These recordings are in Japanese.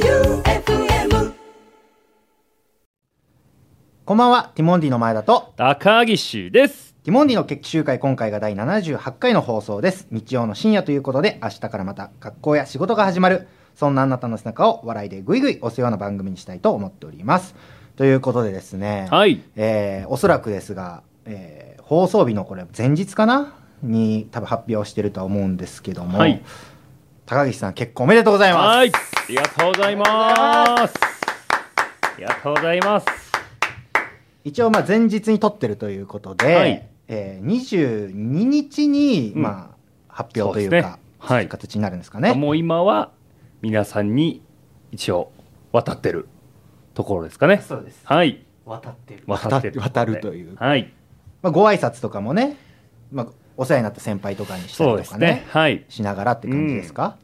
J-O-E-U-F-M こんばんは、ティモンディの前田と、高岸です。ティモンディの決起集会今回が第78回の放送です。日曜の深夜ということで、明日からまた学校や仕事が始まる、そんなあなたの背中を笑いでぐいぐい押すような番組にしたいと思っております。ということでですね、はい。えーおそらくですが、えー放送日のこれ前日かなに多分発表してるとは思うんですけども、はい高岸さん結婚おめでとうございます。はい。ありがとうございます。ありがとうございます。一応まあ前日に撮ってるということで、はいえー22日にうんまあ発表というそうですかねはい形になるんですかね。もう今は皆さんに一応渡ってるところですかね。そうですはい。渡ってる渡ってる。渡るという、はい。まあ、ご挨拶とかもね、まあ、お世話になった先輩とかにしたりそとうでかすねね。はい。しながらって感じですか、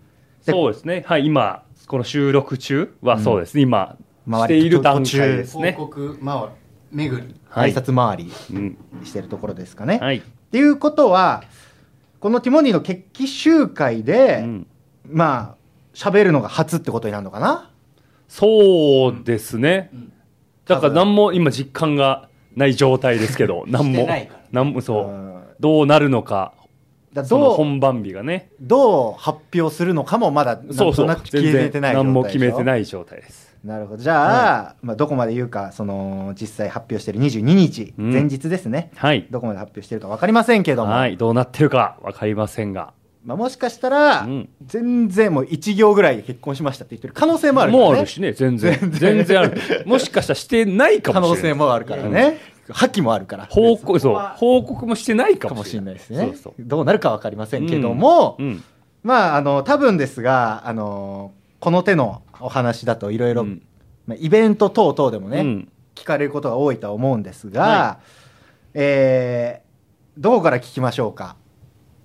でそうですね。はい。今、この収録中はそうですね。今、し周てりいる段階です報ね。告回り巡りはい。挨拶回りうん。してるところですかね。はい。っていうことはこのティモンディの決起集会うで、んまあ喋るのが初ってことになるのかなそうですね。んだから何も今実感がない状態です けど、何してもないから。何もそうう。んどうなるのか、だからそのどう本番日がね。どう発表するのかもまだなそんうそとうなく。決全めて然ない状態でしょ何も決めてないい状態です。なるほどじゃあ、まあ、どこまで言うかその実際発表してる22日、うん前日ですねはい。どこまで発表してるか分かりませんけども、はい。どうなってるかわかりませんが。まあ、もしかしたら、うん全然もう1行ぐらい結婚しましたって言ってる可能性もあるからねもうあるしね、全然。全然全然ある。もしかしたらしてないか可も能しれ性ない。もあるからね破棄もあるから報告、そう。報告もしてないかかももししれれなないい。ですねそうそう。どうなるか分かりませんけども、うん。まああの多分ですがあのこの手のお話だといろいろうんまあイベント等々でもね、うん聞かれることが多いとは思うんですが、はえーどこから聞きましょうか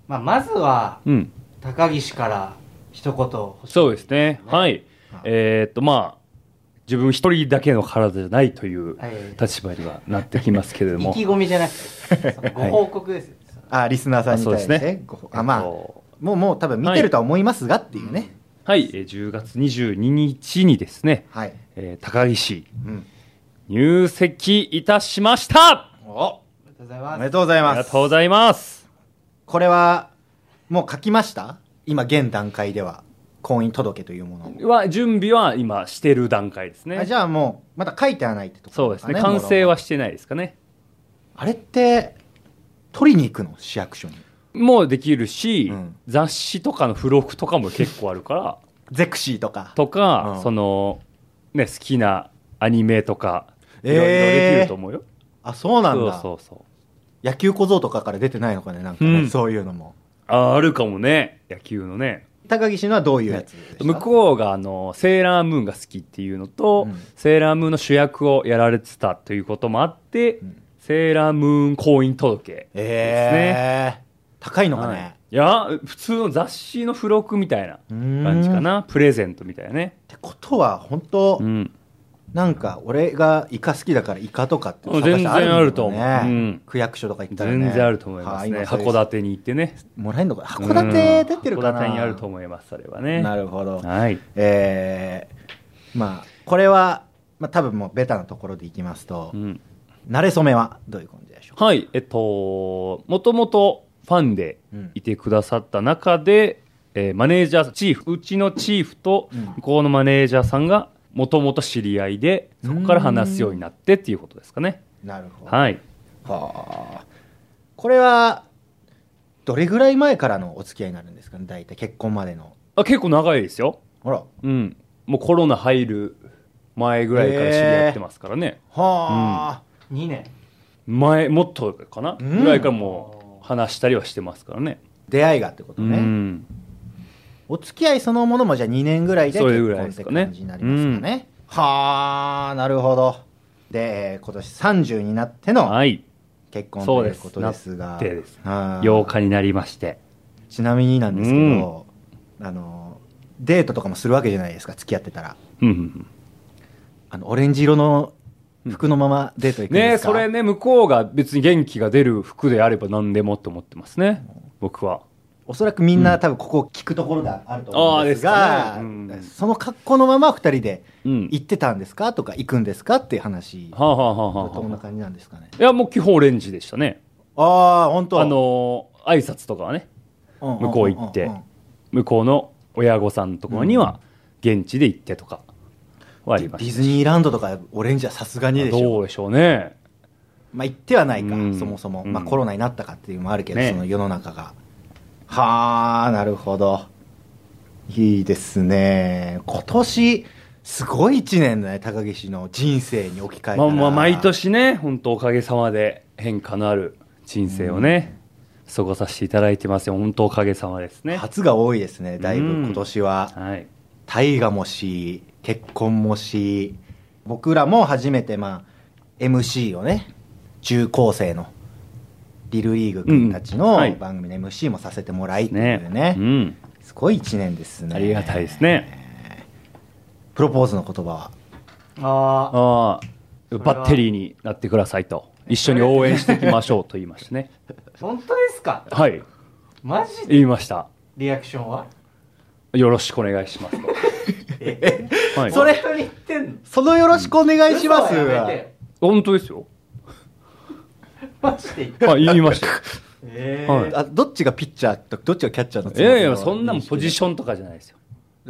まあ、まずはうん。高岸から一言欲しいそうですね。はいはい。えーっと、まあ、自分一人だけの体じゃないというはい立場にはなってきますけれど 意も。気込みじゃなく てそのご報告ですよ、あリスナーさんに対しあそてうですごあまあえっもとうもう多分見てるとは思いますがっていうねはい、えー10月22日にですね、はい、えー高岸、うん、入籍いたしましたおありがとうございおますめでとうございあまりすがとうございます。これはもう書きました今現段階では婚姻届というものをは、準備は今してる段階ですあねじ。ゃあもうまだ書いてはないってとこそうろですね。か完成もはうしてないですかね。あれって取りに行くの市役所にもうできるし、うん雑誌とかの付録とかも結構あるから、ゼクシーとかとか、うんその、ね、好きなアニメとか、いろいろえーできると思うよ。あそうなんだそうそうそう。野球小僧とかから出てないのかねなんかね、うんそういうのもあー、あるかもね。野球のね。高岸のはどういうやつでした向こうがあのセーラームーンが好きっていうのと、うんセーラームーンの主役をやられてたということもあって、んセーラームーン婚姻届ですね、ええ高いのかはいね、いや普通の雑誌の付録みたいな感じかなプレゼントみたいなね、ってことは本当、うん、なんか俺がイカ好きだからイカとかってうん探して全然あると思うのかねうん区役所とか行ったら、ね、全然あると思いますねはそうう函館に行ってねもらえるのか函館出てるかうんな函館にあると思いますそれはねなるほどはいえー、まあこれは、まあ、多分もうベタなところでいきますと、うん慣れ初めはどういう感じでしょうかはい、えっと、もともとファンでうんいてくださった中で、えーマネージャー、チーフ、うちのチーフとうん向こうのマネージャーさんが、もともと知り合いで、そこから話すようになってっていうことですかね。なるほど、はい。はあこれはどれぐらい前からのお付き合いになるんですかね大体結婚までのあ結構長いですよ。ほらはうん。もうコロナ入る前ぐらいから知り合ってますからね。あ、 2年前、もっとかな、うんぐらいからもう話したりはしてますからね。出会いがってことね、うん。お付き合いそのものもじゃあ2年ぐらいでそ結れぐ婚らいっでてすかね感じになりますかねはあなるほどでえー今年30になってのはい。結婚そうといでうすことですがなってですあー8日になりまして。ちなみになんですけど、あのデートとかもするわけじゃないですか付き合ってたらうんうんうん。あのオレンジ色の服のままデート行くんねでえすか、それね、向こうが別に元気が出る服であれば何でもって思ってますね、僕は。おそらくみんな多分ここ聞くところであると思うんですが、あーですかねうんえです、その格好のまま2人でうん。行ってたんですかとか行くんですかっていう話はあ、はあはあはあどんなはあ、感じなんですかねいや、もう基本オレンジでしたね。ああ本当あのー、挨拶とかはね、うんうん向こう行ってんんん向こうの親御さんのところには、現地で行ってとか、はありデまィしズニーランドとかオレンジはさすがにた。でしどょうでしょうね。まあ行ってはないか、うんそもそも、うんまあ、コロナになったかっていうのもあるけど、ねその世の中がはあなるほどいいですね今年すごい1年だね高岸の人生に置き換えたらまあまあ、毎年ね、本当おかげさまで変化のある人生をね、過ごさせていただいてますよ。本当おかげさまですね。初が多いですねだいぶうん今年は、はい。大河もし結婚もし僕らも初めてまあ MC をね中高生のリルリーグ君たちうんのはい番組の MC もさせてもらいっていうねね,、うん。すごい1年ですねありがたいですね。プロポーズの言葉はああああ、れはバッテリーになってくださいと。一緒に応援していきましょうと言いました ね。本当ですかはい。マジで言いました。リアクションはよろしくお願いします と。はい。それ本当に言ってんのそのよろしくお願いします、嘘はやめて本 当ですよ。よマジで言ってあ、言い ましたよ。えはーいあどっちがピッチャーとどっちがキャッチャーのいやいや、そんなもんポジションとかじゃないですよ。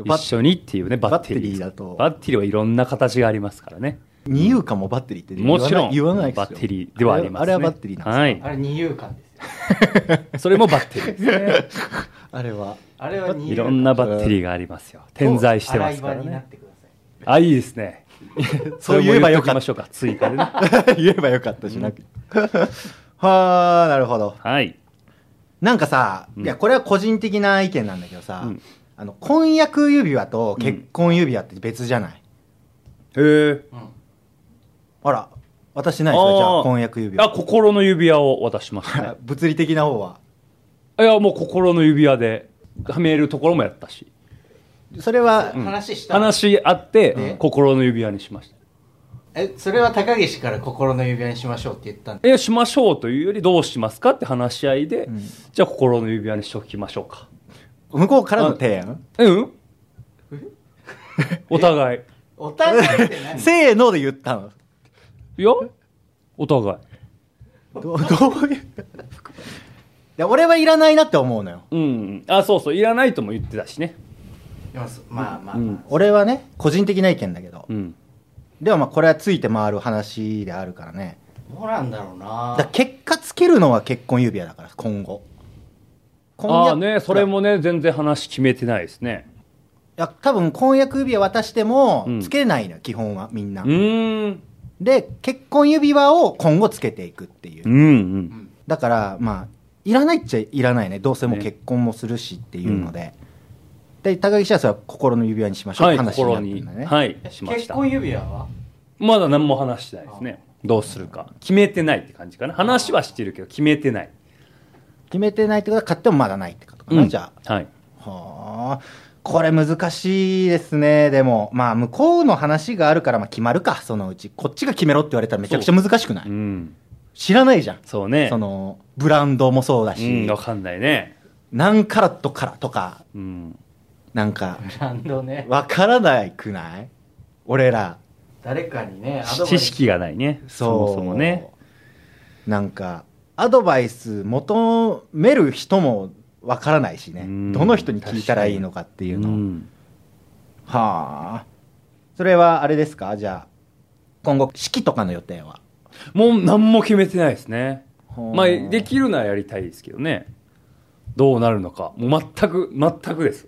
バ一ッ緒にっていうね、バッテリバッテリーー。だとバッテリーはいろんな形がありますからね。二遊間もバッテリーって言わもないちろん、言わないですよバッテリーではあります、ね。あれはあれはバッテリーなんですか、はい。あれ二遊間ですよそれもバッテリー ですね。あれはあれは二い遊間ろんなバッテリーがありますよ。点在してますから洗い場になっね。てくださいあ、いいですね。 そう言えばよかそれも言っっときたましょうか、追加で ね。言えばよかったしなく、はあなるほどはい。なんかさ、うんいやこれは個人的な意見なんだけどさ、うんあの婚約指輪と結婚指輪って別じゃない、へえ。あら私ないですかじゃああー婚約指あ、輪心の指輪を渡し ましたね。物理的な方はいや、もう心の指輪で、はめるところもやったし。それは、うん話した話あっねて、心の指輪にしました。えそれは高岸から心の指輪にしましょうって言ったんでえ、しましょうというより、どうしますかって話し合いで、うんじゃあ心の指輪にしときましょうか。向こうからの提案うん お互い。お互いって何せーので言ったのいやお互い。どどういういや俺はいらないなって思うのようん。あ、そうそう。いらないとも言ってたしね。でもそまあまあ、うん俺はね個人的な意見だけど、うん。でもまあこれはついて回る話であるからねどうなんだろうなだから結果つけるのは結婚指輪だから今後婚あ約あね、それもね、全然話決めてないですね。いや多分婚約指輪渡してもうんつけないのよ、基本はみんな、うーん。で結婚指輪を今後つけていくっていう、うんうん。だからまあいらないっちゃいらないねどうせもうね結婚もするしっていうので、で高岸はそれは心の指輪にしましょうっはて話い、にな心ってに。んだね、はい、えしまし結た。婚指輪はまだ何も話してないですね。どうするか。決めてないって感じかな。話はしてるけど、決めてない。決めてないってことは買ってもまだないってことかな、うんじゃあはい。はあこれ難しいですねでもまあ向こうの話があるからまあ決まるかそのうちこっちが決めろって言われたらめちゃくちゃ難しくないうん。知らないじゃんそうね。そのブランドもそうだうし、ん、わかんないね。何カラットからとかうん。なんかブランドねわからないくない俺ら誰かにねアドバイ知ス識がないね。そそうもそもね。なんかアドバイス求める人もわからないしねうんどの人に聞いたらいいのかっていううの、ん。はあそれはあれですかじゃあ今後式とかの予定はもう何も決めてないですね。まあ、でるきるならやりたいですけどね。どうなるのか。もう全く、全くです。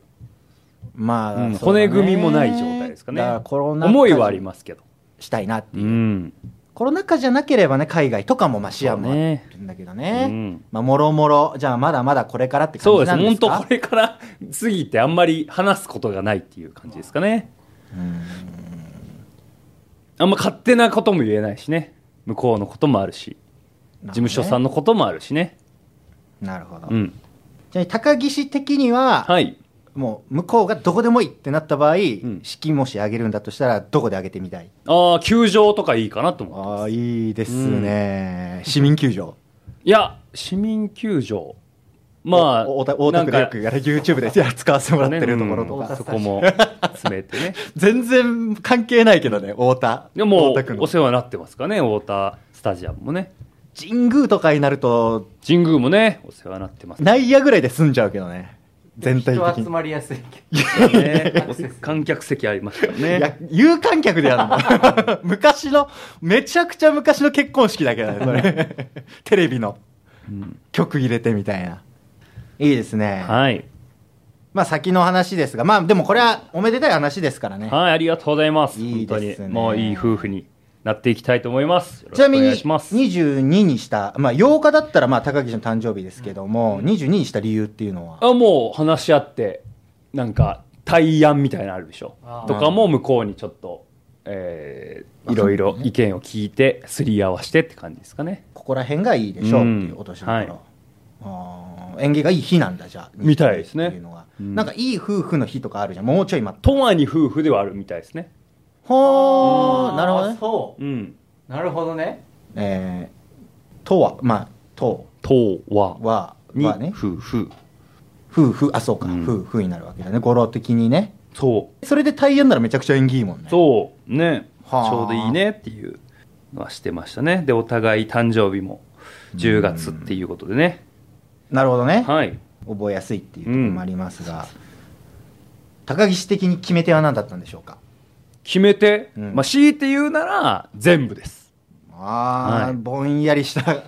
まあ、うんそうだね骨組みもない状態ですかねだらコロナ禍思いはありますけど。したいなってういう、ん。コロナ禍じゃなければね海外とかもまあ視野もあそうねるんだけどうねん。まあもろもろじゃあまだまだこれからって感そじうですなんで本すか当これから過ぎてあんまり話すことがないっていう感じですかねうんあんま勝手なことも言えないしね向こうのこともあるし事務所さんのこともあるしねなるほど、うんじゃあ高岸的には、はいもう向こうがどこでもいいってなった場合、ん式もし上げるんだとしたらどこで上げてみたいああ球場とかいいかなと思うああいいですね、市民球場いや市民球場まあおお大大田区でよくやる YouTube でや使わせてもらってるところとねうんか、そこも詰め てね全然関係ないけどね太田でも大田区のお世話になってますからね太田スタジアムもね神宮とかになると神宮もねお世話になってます内野ぐらいで済んじゃうけどね全体人的集にまりやすい け ね観客席ありましたよいやね有観客でやるの 昔のめちゃくちゃ昔の結婚式だけどねそれ テレビのうん曲入れてみたいないいですね、 はいまあ先の話ですがまあでもこれはおめでたい話ですからねはいありがとうございますいいですね本当にもういい夫婦になっていきたいと思いますよろしちなみくおに願いします22にした、まあ、8日だったらまあ高岸の誕生日ですけども、22にした理由っていうのはあもう話し合ってなんか対案みたいなのあるでしょあーとかも向こうにちょっと、えーいろいろ意見を聞いてすり合わしてって感じですかねここら辺がいいでしょうっていうお年うん頃、はいあー縁起がいい日なんだじゃあみたいですねっていうのは、うんなんかいい夫婦の日とかあるじゃんもうちょい待ってとわに夫婦ではあるみたいですねほーなるほどねそうんうなるほどねえー、とはまあととわはにはね夫婦夫婦あそうか、うん夫婦になるわけだね語呂的にねそそれで対縁ならめちゃくちゃ縁起いいもんねうそうねちはあょうどいいねっていうのはしてましたねでお互い誕生日も10月っていうことでねなるほどねはい覚えやすいっていうところもありますが、高岸的に決め手は何だったんでしょうか決めて、うんまあ強いて言うなら全部ですああ、はいぼんやりした い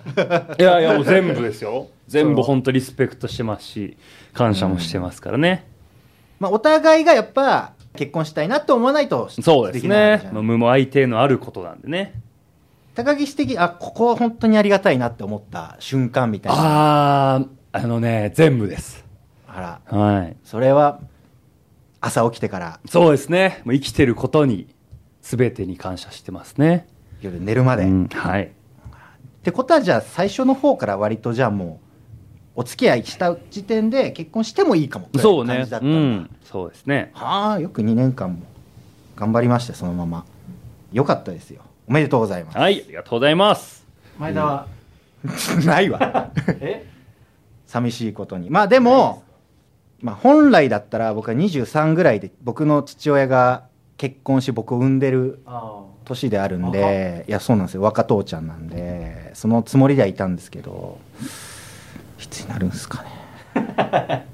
やいやもう全部です よ全部本当リスペクトしてますし感謝もしてますからね、まあお互いがやっぱ結婚したいなって思わないとそうですきないわねけじゃんまあ無も相手のあることなんでね高岸的にあここは本当にありがたいなって思った瞬間みたいなああああのね全部ですらはいそれは朝起きてからそうですねもう生きてることに全てに感謝してますね、夜寝るまで、うっんはいてことはじゃあ最初の方から割とじゃあもうお付き合いした時点で結婚してもいいかもってそう感ねじだったうんだんそうですねはあよく2年間も頑張りましてそのままよかったですよおめでとうございます、はいありがとうございます前田は ないわえ寂しいことにまあでも、まあ、本来だったら僕は23ぐらいで僕の父親が結婚し僕を産んでるあ年であるんでいやそうなんですよ若父ちゃんなんでそのつもりではいたんですけどいつになるんですかねあ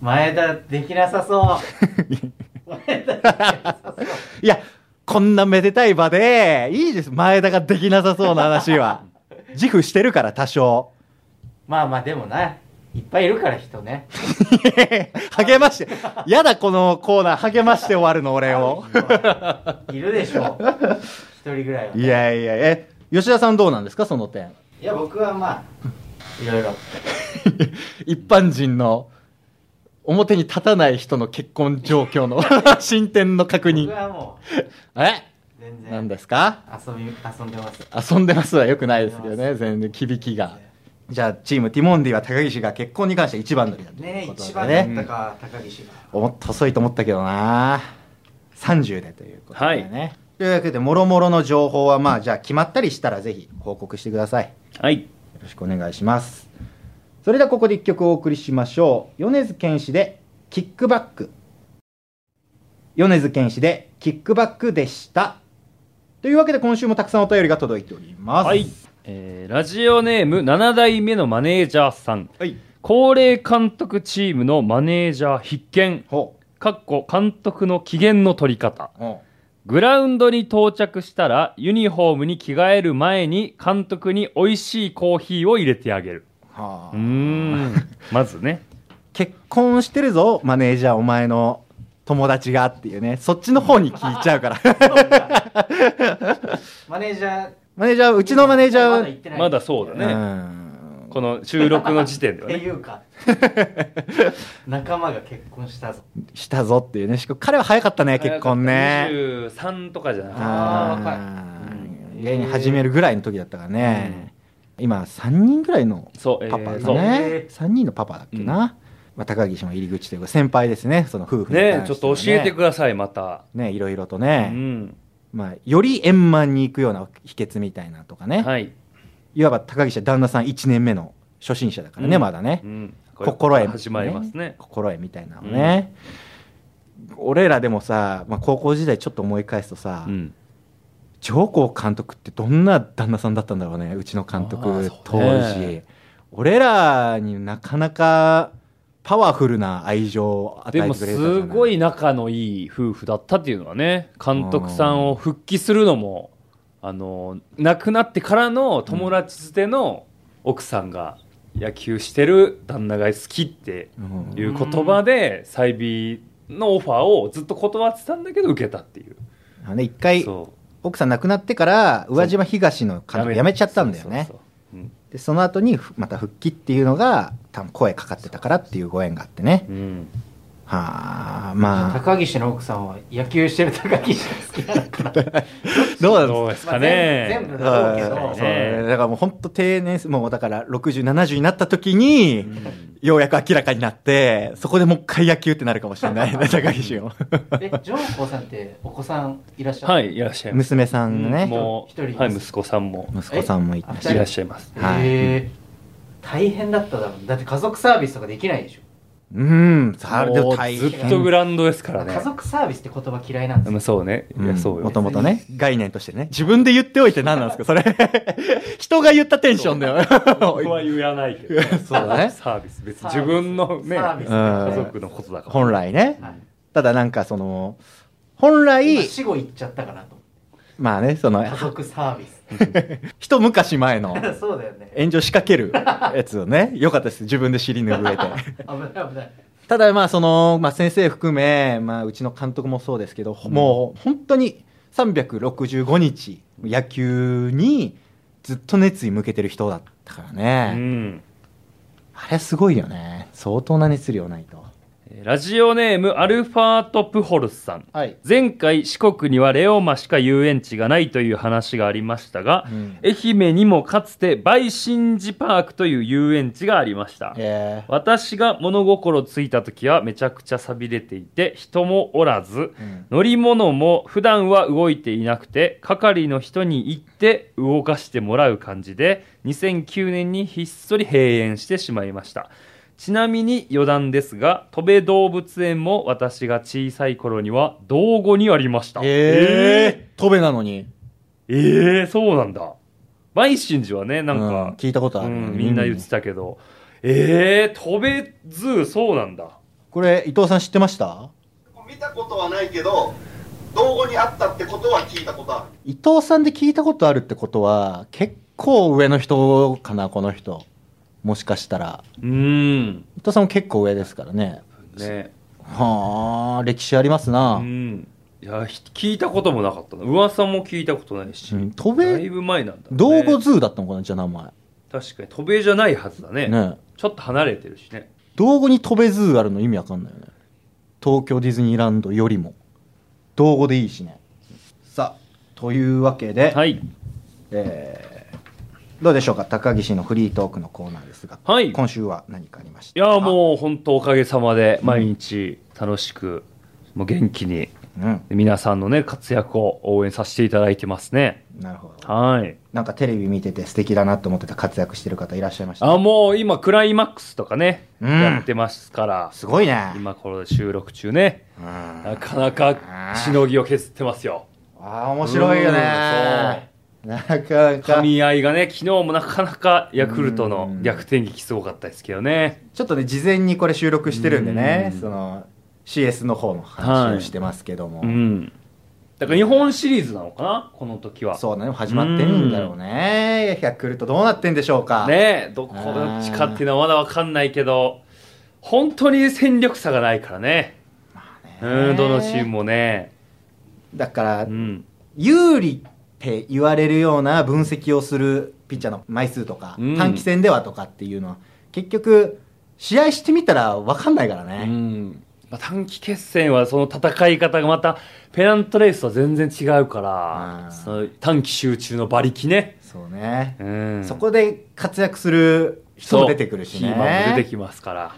前田できなさそう 前田できなさそういやこんなめでたい場でいいです前田ができなさそうな話は自負してるから多少まあまあでもないっぱいいるから人ね 励ましてやだこのコーナー励まして終わるの俺をいるでしょ一人ぐらいはいやいやえ吉田さんどうなんですかその点 いや僕はまあいろいろ一般人の表に立たない人の結婚状況の 進展の確僕認はもえう全然何ですか遊び遊んでます遊んでますはよくないですけどね全然響きがじゃあチームティモンディは高岸が結婚に関して一番乗りだといねうこと一で番だったか、高岸が思った遅いと思ったけどな30でということでね、というわけでもろもろの情報はまあじゃあ決まったりしたらぜひ報告してくださいよはいろしくお願いしますそれではここで一曲お送りしましょう米津玄師で「キックバック」米津玄師で「キックバック」でしたというわけで今週もたくさんお便りが届いておりますはい、えーラジオネーム7代目のマネージャーさんはい高齢監督チームのマネージャー必見ほかっこ監督の機嫌の取り方うほグラウンドに到着したらユニフォームに着替える前に監督に美味しいコーヒーを入れてあげるうはあうーんまずね結婚してるぞマネージャーお前の友達がっていうねそっちの方に聞いちゃうからマネージャーマネージャーうちのマネージャまだ行ーってないまだそうだうねんこの収録の時点でっは てねい うか仲間が結婚したぞしたぞっていうねしかも彼は早かったね結婚ね23とかじゃなかったあかーな若いうん芸人始めるぐらいの時だったからね、今3人ぐらいのそう、えーパパがそうねね、えー3人のパパだっけな、まあ、高岸も入り口というか先輩ですねその夫婦に関してはちょっと教えてくださいまた、ねいろいろとうね、んまあ、より円満にいくような秘訣みたいなとかね、はいいわば高岸は旦那さん1年目の初心者だからね、うんまだね、うん、心得、始まりますね心得みたいなのね、俺らでもさ、まあ、高校時代ちょっと思い返すとさ、うん、上皇監督ってどんな旦那さんだったんだろうねうちの監あー督そ当うね時俺らになかなかパワフルな愛情を与でえもてくれてたすごいな仲のいい夫婦だったっていうのはね監督さんを復帰するのもあの亡くなってからの友達捨ての奥さんが野球してる旦那が好きってうんいう言葉で再美のオファーをずっと断ってたんだけど受けたっていう、あのね一回そ奥さん亡くなってから宇和島東のう監督辞めちゃったんだよねそうそうそううんでその後にふまた復帰っていうのが多分声かかってたからっていうご縁があってねうんはあまあ高岸の奥さんは野球してる高岸が好きなのか などうどうですかね全部全部そうだろうけそどう確かにねだからもう本当定年すもうだから6070になった時に、うんようやく明らかになって、そこでもう一回野球ってなるかもしれない ね、高岸を。え上皇さんってお子さんいらっしゃるはいいらっしゃいます娘さんがね、もう、一人はい、息子さんも息子さんもいえたいし。らっしゃいますはいへえ大変だっただろうだって家族サービスとかできないでしょうん、さあでも大も変。うずっとグラウンドですからね家族サービスって言葉嫌いなんですまよあそうね。いや、そうよ。もともとね、概念としてね。自分で言っておいて何なんですか、それ。 人が言ったテンションだよ。 僕は言わないけど。そうだね サービス。別にサービス自分のね、サービスうん家族のことだから。本来ね。はいただなんかその、本今来、死後言っちゃったかなと思ってまあね、その、家族サービス一昔前 の そうだよね炎上仕掛けるやつをね、よかったです。自分で尻拭えて。危ない危ない ただまあその、まあ、先生含め、まあ、うちの監督もそうですけど、うんもう本当に365日野球にずっと熱意向けてる人だったからうね、ん。あれすごいよね相当な熱量ないとえーラジオネーム、アルファート・プホルスさん。はい、前回、四国にはレオマしか遊園地がないという話がありましたがう、ん、愛媛にもかつて、バイシンジパークという遊園地がありました。えー私が物心ついた時はめちゃくちゃ錆びれていて、人もおらず、うん乗り物も普段は動いていなくて係の人に行って動かしてもらう感じで2009年にひっそり閉園してしまいましたちなみに余談ですが戸部動物園も私が小さい頃には道後にありましたえー、飛べなのにえーえーそうなんだバイシンジはねなんうか、聞いたことあうる、んみんな言ってたけど、ええー、戸部ズーそうなんだこれ伊藤さん知ってました見たことはないけど道後にあったってことは聞いたことある伊藤さんで聞いたことあるってことは結構上の人かなこの人もしかしたらうん伊藤さんも結構上ですからねねはあ歴史ありますうな、ん。いや、ひ聞いたこともなかったな。噂も聞いたことないし。うん戸だい辺ぶ前なんだ、ね。道後ズーだったのかなじゃあ名前確かに、渡米じゃないはずだね。ねちょっと離れてるしね。道後に戸辺ズーあるの意味わかんないよね東京ディズニーランドよりも道後でいいしねさあというわけで、はい。えーどうでしょうか高岸のフリートークのコーナーですが、はい今週は何かありましいたやー、もう本当おかげさまで、毎日楽しく、もう元気に、う、うん、皆さんのね、活躍を応援させていただいてますね。なるほどはい。なんかテレビ見てて素敵だなと思ってた活躍してる方いらっしゃいましたあ、もう今、クライマックスとかね、うんやってますから、すごいね今これ収録中ね、うんなかなかしのぎを削ってますよ。あー面白いよねなかなか噛み合いがね、昨日もなかなかヤクルトうのん逆転劇すごかったですけどね。ちょっとね事前にこれ収録してるんでねうんその CS の方の話をしてますけども、うん。だから日本シリーズなのかなこの時は。そうなの始まってるんだろうねヤクルトどうなってんでしょうか、ねえ、どこどっちかっていうのはまだわかんないけど、本当に戦力差がないからね。うん、どのチームもね。だから、うん。有利って言われるような分析をするピッチャーの枚数とか、うん短期戦ではとかっていうのは結局試合してみたら分かんないからうね、ん。まあ、短期決戦はその戦い方がまた、ペナントレースとは全然違うからう、んその短期集中の馬力ね。そうね、うん。そこで活躍する人も出てくるしねそうキーマンも出てきますから。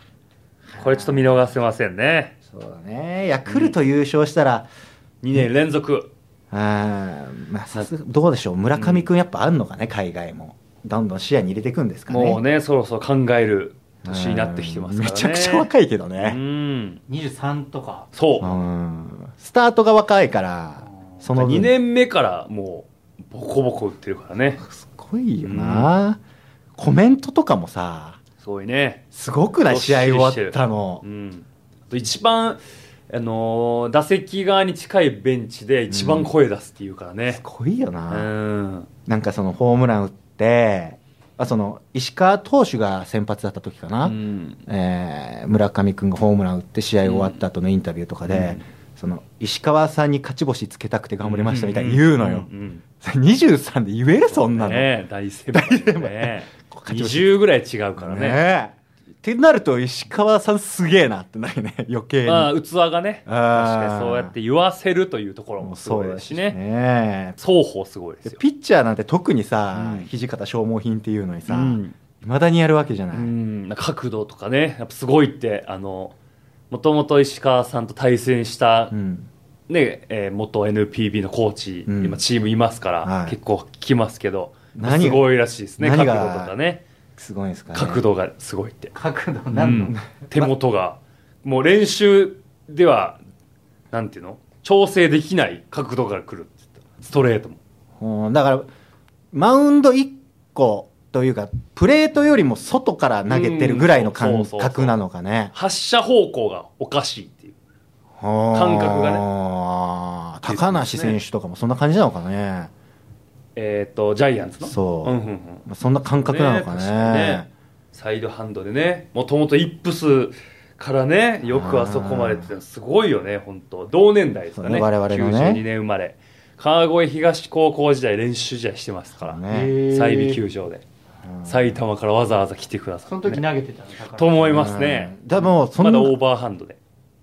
これちょっと見逃せませんね。そうだねヤクルト優勝したら、 2年連続。あーまあ、さすがどうでしょう村上君やっぱあんのかね、海外もどんどん視野に入れていくんですかねもうねそろそろ考える年になってきてますからねめちゃくちゃ若いけどうね、、ん23とかそううんスタートが若いからその分2年目からもうボコボコ打ってるからねすごいよな、コメントとかもさすごいねすごくないどっ試しりして合る終わったのうんあと一番あのー打席側に近いベンチで一番声出すっていうからすねごいような、んなんかそのホームラン打ってあその石川投手が先発だった時かな、うんえー村上君がホームラン打って試合終わった後のインタビューとかで、うんその石川さんに勝ち星つけたくて頑張りましたみたいに言うのよ、んん23で言えるそんなの、ね大先輩だよね勝ち星20ぐらい違うからねねえってなると石川さんすげえなってなるね余計に、まあ器がね確あーかにそうやって言わせるというところもすごいですしねね双方すごいですでよピッチャーなんて特にさ、うん土方消耗品っていうのにさういんま、未だにやるわけじゃない、うんなんか角度とかねやっぱすごいってあのもともと石川さんと対戦したう、んねえー元 NPB のコーチ、うん今チームいますから、はい結構来ますけど何がすごいらしいですね角何度がとかねすごいですかね角度がすごいって、角度う何の、ん、手元がもう練習ではなんていうの調整できない角度から来るって言ったストレートもうんだからマウンド1個というかプレートよりも外から投げてるぐらいのうん感そうそうそう覚なのかね発射方向がおかしいっていう感感覚がね高梨選手とかもそんな感じなのかねえっ、とジャイアンツのそううんうんうんまあそんな感覚なのかねね確かにねサイドハンドでねもともとイップスからねよくあそこまでっていうのはすごいよね本当同年代ですかそうねね我々のね92年生まれ川越東高校時代練習試合してますから、ねへー済美球場でうん埼玉からわざわざ来てくださって、そのね、時投げてたのだからと思いますねうんでもそまんなだオーバーハンドで、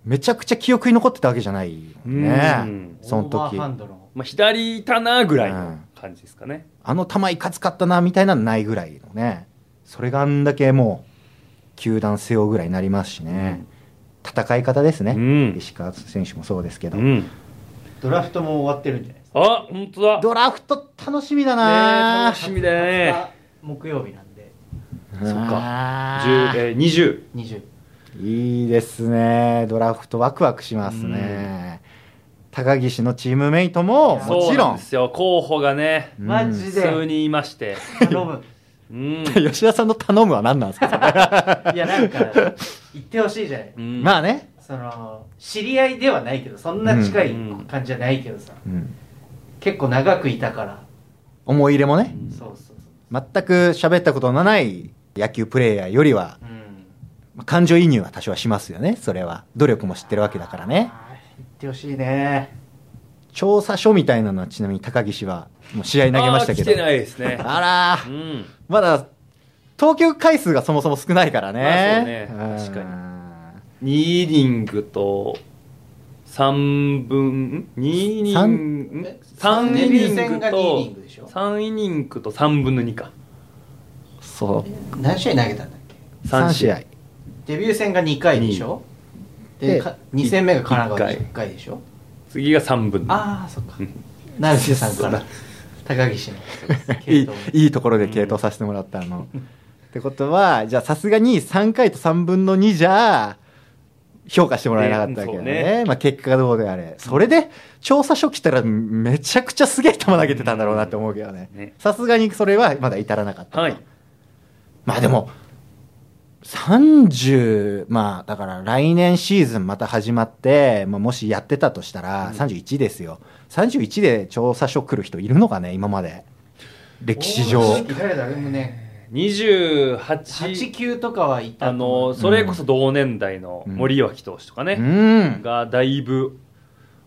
めちゃくちゃ記憶に残ってたわけじゃないようねんそのオーバー時ハンドのまあ、左いたなぐらいの感じですかね、あの球いかつかったなみたいなのないぐらいのねそれがあんだけもう球団背負うぐらいになりますしね、戦い方ですね、うん石川選手もそうですけど、うん、ドラフトも終わってるんじゃないですかあ本当だドラフト楽しみだねえな、楽しみだね20日木曜日なんでそっか10えー20 20いいですねドラフトワクワクしますね、高岸のチームメイトももそちうなろんんですよ候補がねうんマジ普で通にいまして、 頼むうん、吉田さんの頼むは何なんですかそれいやなんか言ってほしいじゃないう んまあね、その知り合いではないけどそんな近い感じじゃないけどさ、うん結構長くいたから、思い入れもねうんそうそうそ全く喋ったことのない野球プレーヤーよりはううんまあ感情移入は多少はしますよねそれは努力も知ってるわけだからねあー言ってほしいね調査書みたいなのはちなみに高岸はもう試合投げましたけどあー来てないですねあらうーんまだ投球回数がそもそも少ないからね,、まあそうね確か2イニングと3分2イニング3三イニングデビュー戦が2イニンとグでしょ3イニングと3分の2かにそう何試合投げたんだっけ3試合デビュー戦が2回でしょででか2戦目が神奈川一で1回でしょ次が3分の2ああそっかうん成瀬さんから高岸のい系い統いいところで系統させてもらったの、ってことはじゃあさすがに3回と3分の2じゃ評価してもらえなかったわけだねねそうねまあ、結果がどうであれそれで調査書来たらめちゃくちゃすげえ球投げてたんだろうなって思うけどうんねねさすがにそれはまだ至らなかった、はいまあでも30まあだから来年シーズンまた始まって、まあ、もしやってたとしたら31ですよ31で調査書来る人いるのかね今まで歴史上誰だもね8 28球とかはいたあと思のうそれこそ同年代の森脇投手とかうね、んがだいぶ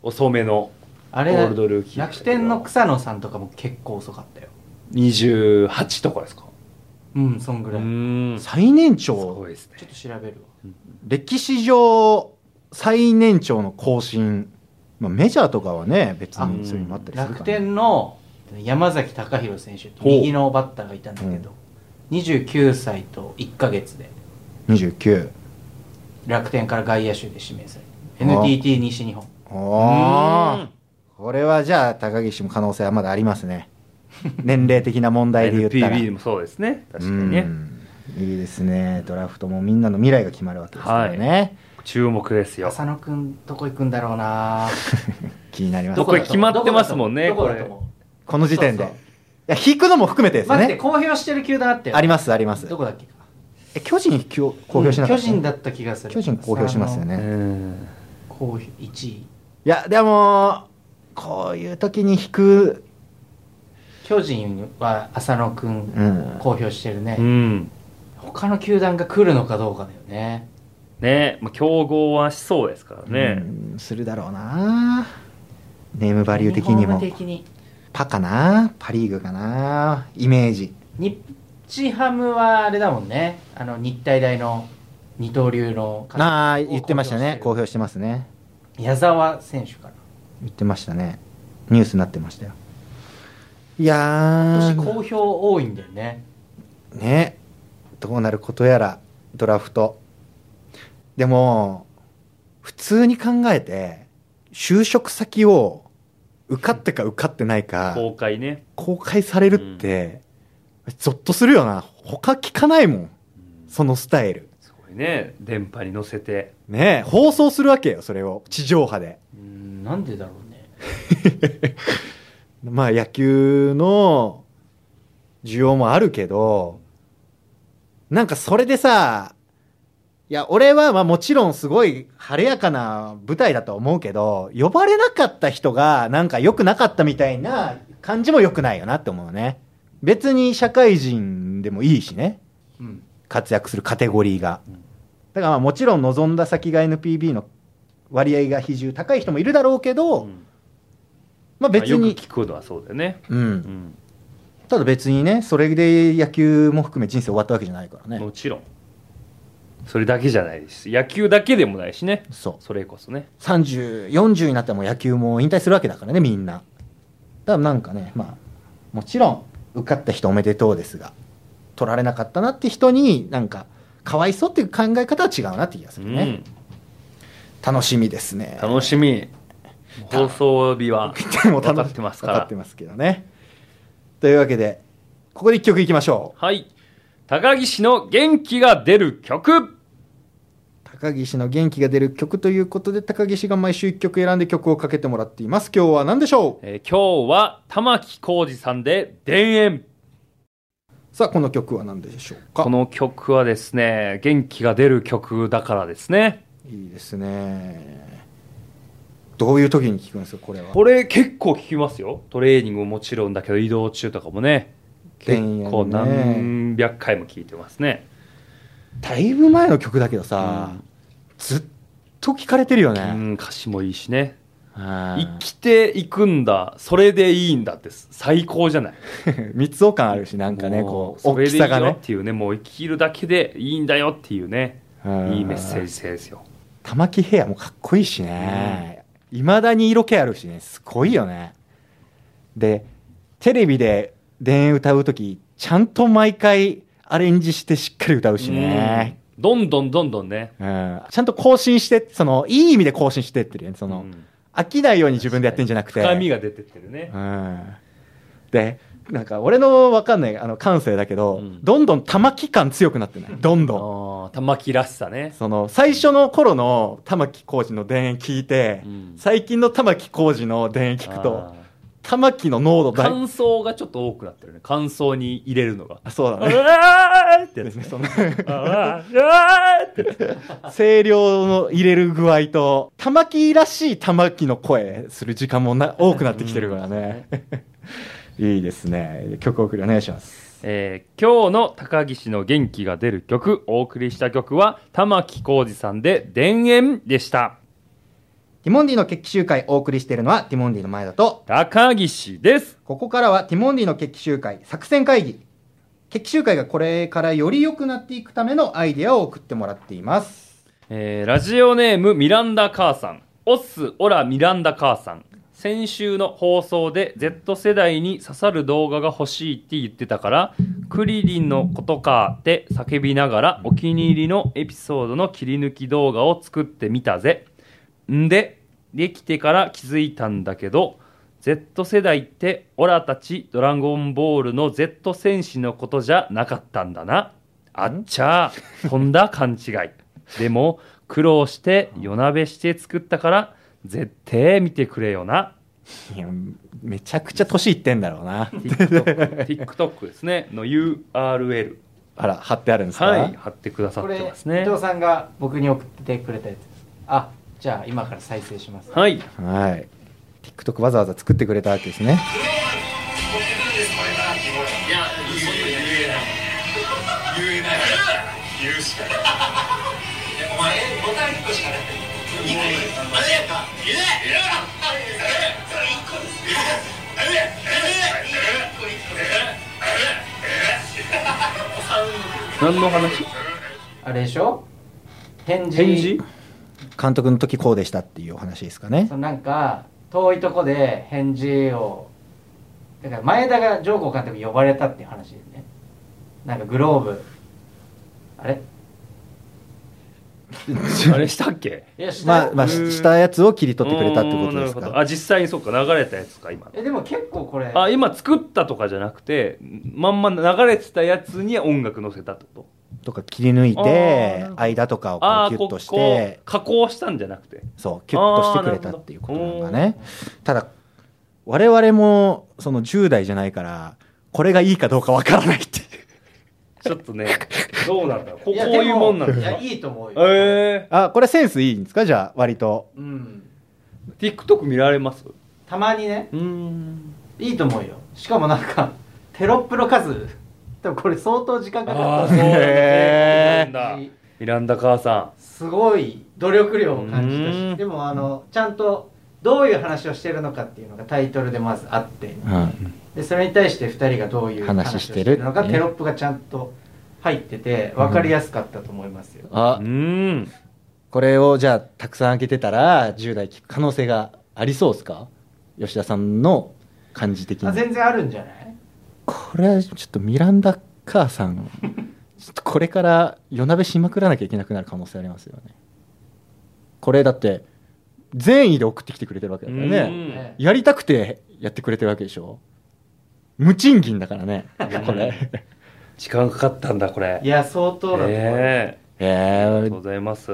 遅めのあゴれールドルーキー楽天の草野さんとかも結構遅かったよ28とかですかうんそんぐうらい、ーんす最年ご長いですねちょっと調べるわ歴史上最年長の更新、まあ、メジャーとかはね別にそういうのもあったりする楽から、ね、天の山崎貴弘選手と右のバッターがいたんだけど、29歳と1か月で29楽天から外野手で指名されあた NTT 西日本おおこれはじゃあ高岸も可能性はまだありますね 年齢的な問題で言ったら NPB もそうですね確かにねうんいいですねドラフトもみんなの未来が決まるわけですからね、注目ですよ浅野くんどこ行くんだろうな 気になります どこへ決まってますもんねどこだと思うこの時点でそうそういや引くのも含めてですよ待ってね公表してる球団あってありますありますどこだっけかえ巨人きょ公表しなかった、巨人だった気がする巨人公表しますよね、うん公表1位いやでもこういう時に引く巨人は浅野くんうん公表してるね、うん他の球団が来るのかどうかだよねねまあ競合はしそうですからねうんするだろうなネームバリュー的にも日本的にパかなパ・リーグかなイメージ日チハムはあれだもんねあの日体大の二刀流のああ言ってましたね公公表してますね矢沢選手から言ってましたねニュースになってましたよいや今ー年公表多いんだよねねどうなることやらドラフトでも普通に考えて就職先を受かってか受かってないか公開ね公開されるって、ゾッとするよな他聞かないもんそのスタイルすごいね電波に乗せてねえ放送するわけよそれを地上波でうんなんでだろうねまあ野球の需要もあるけど、なんかそれでさ、いや、俺はまあもちろんすごい晴れやかな舞台だと思うけど、呼ばれなかった人がなんか良くなかったみたいな感じも良くないよなって思うね。別に社会人でもいいしね、うん活躍するカテゴリーがうん。だからまあもちろん望んだ先が NPB の割合が比重高い人もいるだろうけど、うんまあまあ別よくに、聞くのはそうだよねうんう。んただ別にねそれで野球も含め人生終わったわけじゃないからねもちろんそれだけじゃないです野球だけでもないしねそそれこそねう3040になっても野球も引退するわけだからねみんなだからなんかねまあもちろん受かった人おめでとうですが取られなかったなって人になんかかわいそうっていう考え方は違うなって気がするね、楽しみですねうん、楽しみ放送日は もう楽分かってますから分かってますけどねというわけでここで一曲いきましょうはい高岸の元気が出る曲高岸の元気が出る曲ということで高岸が毎週一曲選んで曲をかけてもらっています今日は何でしょうえー今日は玉置浩二さんで「田園さあこの曲は何でしょう」かこの曲はですね元気が出る曲だからですねいいですねどういう時に聞くんですかこれはこれ結構聞きますよトレーニングももちろんだけど移動中とかもね田結園ね構何百回も聞いてますねだいぶ前の曲だけどさ、うんずっと聞かれてるようね、ん歌詞もいいしねはい生きていくんだそれでいいんだって最高じゃない 密度感あるしなんかねもこうそ大れきでいいさがよねっていうねもう生きるだけでいいんだよっていうねうんいいメッセージ性ですよ玉木ヘアもかっこいいしねいま、未だに色気あるしねすごいよねでテレビで田園歌う時ちゃんと毎回アレンジしてしっかり歌うしね、うんどんどんどんどんねうんちゃんと更新して、その、いい意味で更新してってるよね。その、うん飽きないように自分でやってんじゃなくて。深みが出てってるねうん。で、なんか、俺のわかんない、あの、感性だけど、うんどんどん玉木感強くなってない。どんあどん。ー玉木らしさねその、最初の頃の玉木浩二の田園聞いて、うん最近の玉木浩二の田園聞くと、玉木の濃度あーだい感想がちょっと多くなってるね感想に入れる のがあそう「だあね。らーってやつですねねその 「あらーあーってやつ声量の入れる具合と、玉木らしい玉木の声する時間もな多くなってきてるからね。 いいですね。曲送りお願いします。えー今日の高岸の元気が出る曲お送りした曲は玉置浩二さんで「田園」でしたティモンディの決起集会お送りしているのはティモンディの前田と、高岸ですここからはティモンディの決起集会作戦会議。決起集会がこれからより良くなっていくためのアイデアを送ってもらっています。えーラジオネームミランダ母さんオスオラミランダ母さん先週の放送で Z 世代に刺さる動画が欲しいって言ってたからクリリンのことかって叫びながらお気に入りのエピソードの切り抜き動画を作ってみたぜんでできてから気づいたんだけど Z 世代ってオラたちドラゴンボールの Z 戦士のことじゃなかったんだなあっちゃーとんだ勘違いでも苦労して夜なべして作ったから絶対見てくれよないやめちゃくちゃ年いってんだろうな TikTok, TikTok ですねの URL あら貼ってあるんですか、はい貼ってくださっこてれ、ますね伊藤さんが僕に送ってくれたやつですあじゃあ今から再生しますはいはい。TikTok わざわざ作ってくれたわけですね。何の話あれでしょ返事返事監督の時こうでしたっていうお話ですかねそ。のなんか遠いとこで返事をだから前田が上皇監督に呼ばれたっていう話でねなんかグローブあれ あれしたっけいやしたまよあ、まあ、うーんししたやつを切り取ってくれたってことですおーなるほどか。あ実際にそうか流れたやつか今のえでも結構これあ今作ったとかじゃなくてまんま流れてたやつに音楽乗せたってこととか切り抜いあーなるてほ、ど間とかをこああうキュッとしこてこ、加工したんじゃなくてそう、キュッとしてくれたっていうことなんだあーなるね。ただ、我々も、その10代じゃないから、これがいいかどうかわからないっていう。 ちょっとねどうなんだろうここやういうもんなんでもいだやへいいと思うよ、えあ、これセンスいいんですかじゃあ、割と。うん、ー、TikTok 見られますたまにねうんいいと思うよしかもなんかテロップの数でもこれ相当時間かあかあっそうたなんだへねミランダ母さすごい努力量を感じたうんしでもあのちゃんとどういう話をしてるのかっていうのがタイトルでまずあってうん。でそれに対して2人がどういう話を話ししててるるのかテロップがちゃんと入ってて分かりやすかったと思いますんよ、あう、んこれをじゃあ、たくさん開けてたら、10代聞く可能性がありそうですか吉田さんの感じ的あに。全然あるんじゃないこれはちょっとミランダ母さんちょっとこれから夜なべしまくらなきゃいけなくなる可能性ありますよねこれだって善意で送ってきてくれてるわけだからねねやりたくてやってくれてるわけでしょ無賃金だからねこれ時間かかったんだこれいや相当だと思う、ええー、ありがとうーございます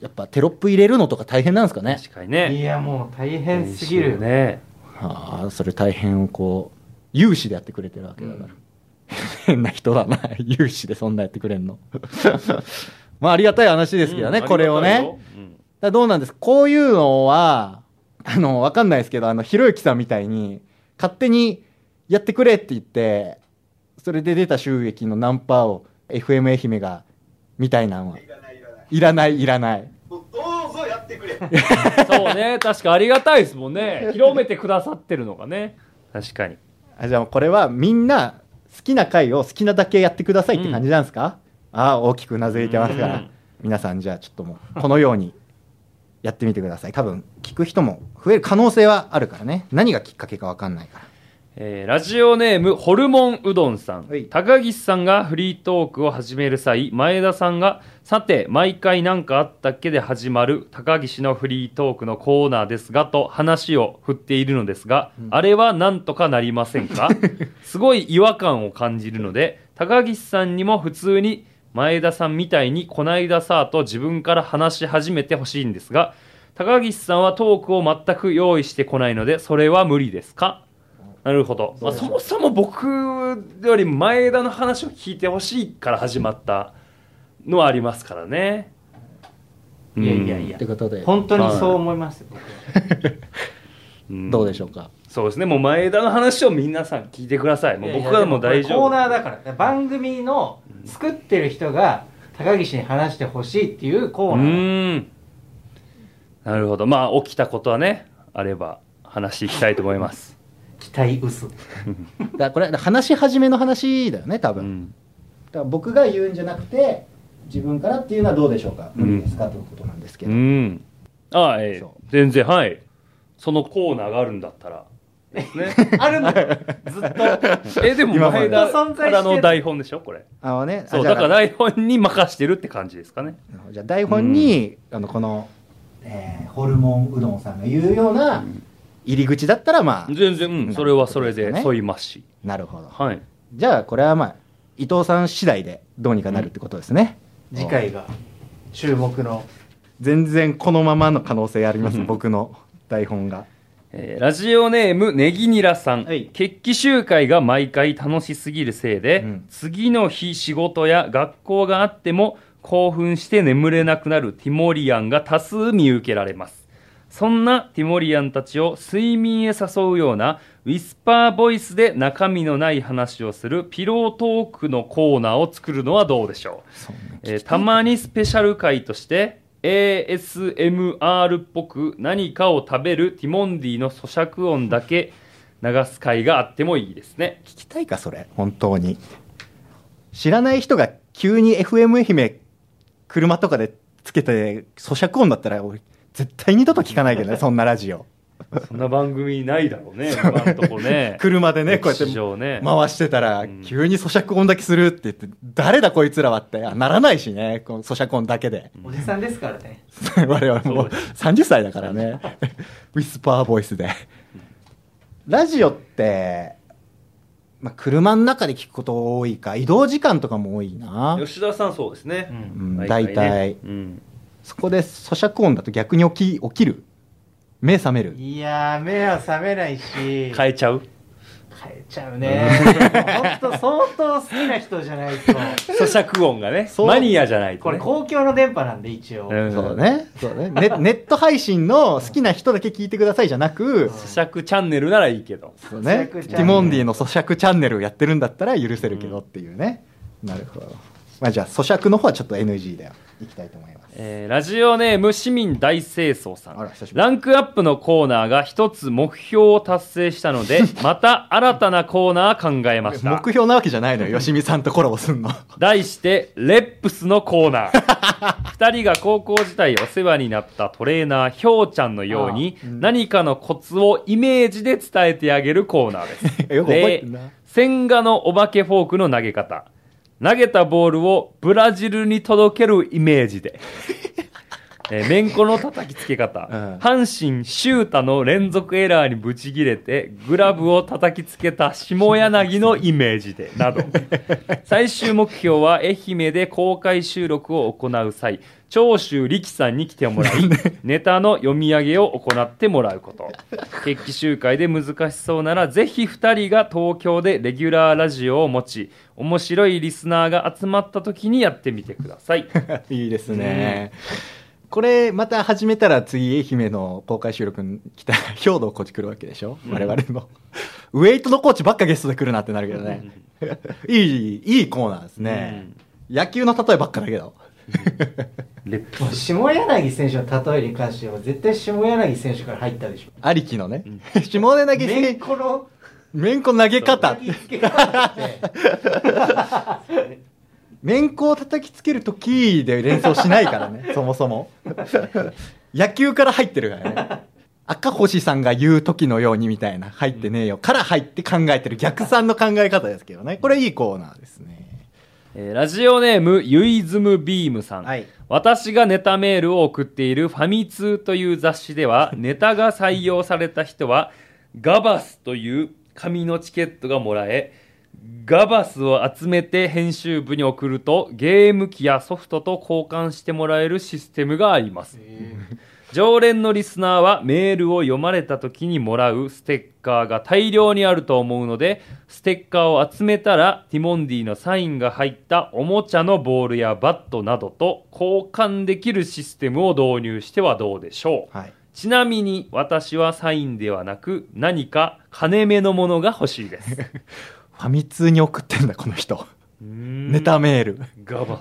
やっぱテロップ入れるのとか大変なんですかね確かにねいやもう大変すぎるよ練習ねああそれ大変をこう有志でやってくれてるわけだから、変な人だな有志でそんなやってくれんの まあありがたい話ですけどね、うんこれをありねがたいよだからどうなんですこういうのは、あの、わかんないですけど、あの、ひろゆきさんみたいに、勝手にやってくれって言って、それで出た収益の何パーを FM 愛媛が、みたいなのは、いらないいらないいらない、いらない。どうぞやってくれうんそうね確かありがたいですもん ね広めてくださってるのがね確かにあじゃあ、これはみんな、好きな回を好きなだけやってくださいって感じなんですか、ああ、大きくうなずいてますかうらん。皆さん、じゃあ、ちょっともう、このように、やってみてください。多分、聞く人も増える可能性はあるからね。何がきっかけかわかんないから。えーラジオネームホルモンうどんさん、はい高岸さんがフリートークを始める際前田さんが「さて毎回何かあったっけ?」で始まる高岸のフリートークのコーナーですがと話を振っているのですが、あれはなんとかなりません かすごい違和感を感じるので高岸さんにも普通に前田さんみたいに「こないださ」と自分から話し始めてほしいんですが高岸さんはトークを全く用意してこないのでそれは無理ですかなるほど、まあ、そもそも僕より前田の話を聞いてほしいから始まったのはありますからねいやいやいやということで、本当にそう思いますよ、僕はうんどうでしょうかそうですねもう前田の話を皆さん聞いてくださいもう僕はもう大丈夫コーナーだから番組の作ってる人が高岸に話してほしいっていうコーうナーーんなるほどまあ起きたことはねあれば話していきたいと思います、期待薄だからこれ話し始めの話だよね多う分、だん、から僕が言うんじゃなくて自分からっていうのはどうでしょうかうん無理ですか、ということなんですけうど、んあええそ全然はいそのコーナーがあるんだったらですねあるん だよずっとえでも今ま前で田からの台本でしょこれあのねあそうじゃあだから台本に任してるって感じですかねじゃあ台本に、あのこの、えーホルモンうどんさんが言うような、入り口だったらまあ全然、うん、それはそれなるほどでね添いましなるほどはいじゃあこれはまあ伊藤さん次第でどうにかなるってことですね、次回が注目の全然このままの可能性あります、うん僕の台本がえーラジオネームネギニラさん、はい決起集会が毎回楽しすぎるせいで、うん次の日仕事や学校があっても興奮して眠れなくなるティモリアンが多数見受けられますそんなティモリアンたちを睡眠へ誘うようなウィスパーボイスで中身のない話をするピロートークのコーナーを作るのはどうでしょうえーたまにスペシャル回として ASMR っぽく何かを食べるティモンディの咀嚼音だけ流す回があってもいいで すね聞きたいかそれ本当に知らない人が急に FM 愛媛車とかでつけて咀嚼音だったら俺絶対二度と聞かない けどねそんなラジオそんな番組ないだろう ね今のとこね車 でねこうやって歴史上ね回してたらうん急に咀嚼音だけするって言って誰だこいつらはってあならないしねこの咀嚼音だけでおじさんですからね我々もう30歳だからねウィスパーボイスでラジオって、まあ、車の中で聞くこと多いか移動時間とかも多いな吉田さんそうですね、うんね大体うんそこで咀嚼音だと逆に起き起きる目覚めるいやー目は覚めないし変変えちゃうえちゃうね本当相当好きな人じゃないと 咀嚼音がねそうマニアじゃないと、こね、れ公共の電波なんで一応、うんそうねそうねネネット配信の好きな人だけ聞いてくださいじゃなく咀嚼チャンネルならいいけどそうね咀嚼チャンネルティモンディの咀嚼チャンネルをやってるんだったら許せるけどっていうね、なるほど、まあ、じゃあ咀嚼の方はちょっと NG でいきたいと思いますえーラジオネーム市民大清掃さあらん久しぶりランクアップのコーナーが一つ目標を達成したの でまた新たなコーナー考えました目標なわけじゃないのよ吉見さんとコラボすんの題してレップスのコーナー二人が高校時代お世話になったトレーナーひょうちゃんのようにああうん何かのコツをイメージで伝えてあげるコーナーで すよく覚えてんな千賀のお化けフォークの投げ方投げたボールをブラジルに届けるイメージでえーめんこの叩きつけ方、うん阪神シュータの連続エラーにブチギレてグラブを叩きつけた下柳のイメー ジでなど最終目標は愛媛で公開収録を行う際長州力さんに来てもらいネタの読み上げを行ってもらうこと決起集会で難しそうならぜひ2人が東京でレギュラーラジオを持ち面白いリスナーが集まった時にやってみてください いいですね、これまた始めたら次愛媛の公開収録に来たら兵道コーチ来るわけでしょ、うん我々もウェイトのコーチばっかゲストで来るなってなるけどね、いいいいコーナーですね、野球の例えばっかだけどレッもう下柳選手の例えに関しては絶対下柳選手から入ったでしょありきのね、う下根投げめせんこのめんこ投げ方叩きつけ方ってめんこを叩きつける時で連想しないからね そもそも野球から入ってるからね赤星さんが言う時のようにみたいな入ってねえよから入って考えてる逆算の考え方ですけどねこれいいコーナーですねえーラジオネームユイズムビームさん、はい私がネタメールを送っているファミ通という雑誌ではネタが採用された人はガバスという紙のチケットがもらえガバスを集めて編集部に送るとゲーム機やソフトと交換してもらえるシステムがあります常連のリスナーはメールを読まれた時にもらうステッカーが大量にあると思うのでステッカーを集めたらティモンディのサインが入ったおもちゃのボールやバットなどと交換できるシステムを導入してはどうでしょうはいちなみに私はサインではなく何か金目のものが欲しいですファミ通に送ってんだこの人ネ ネタメールガバ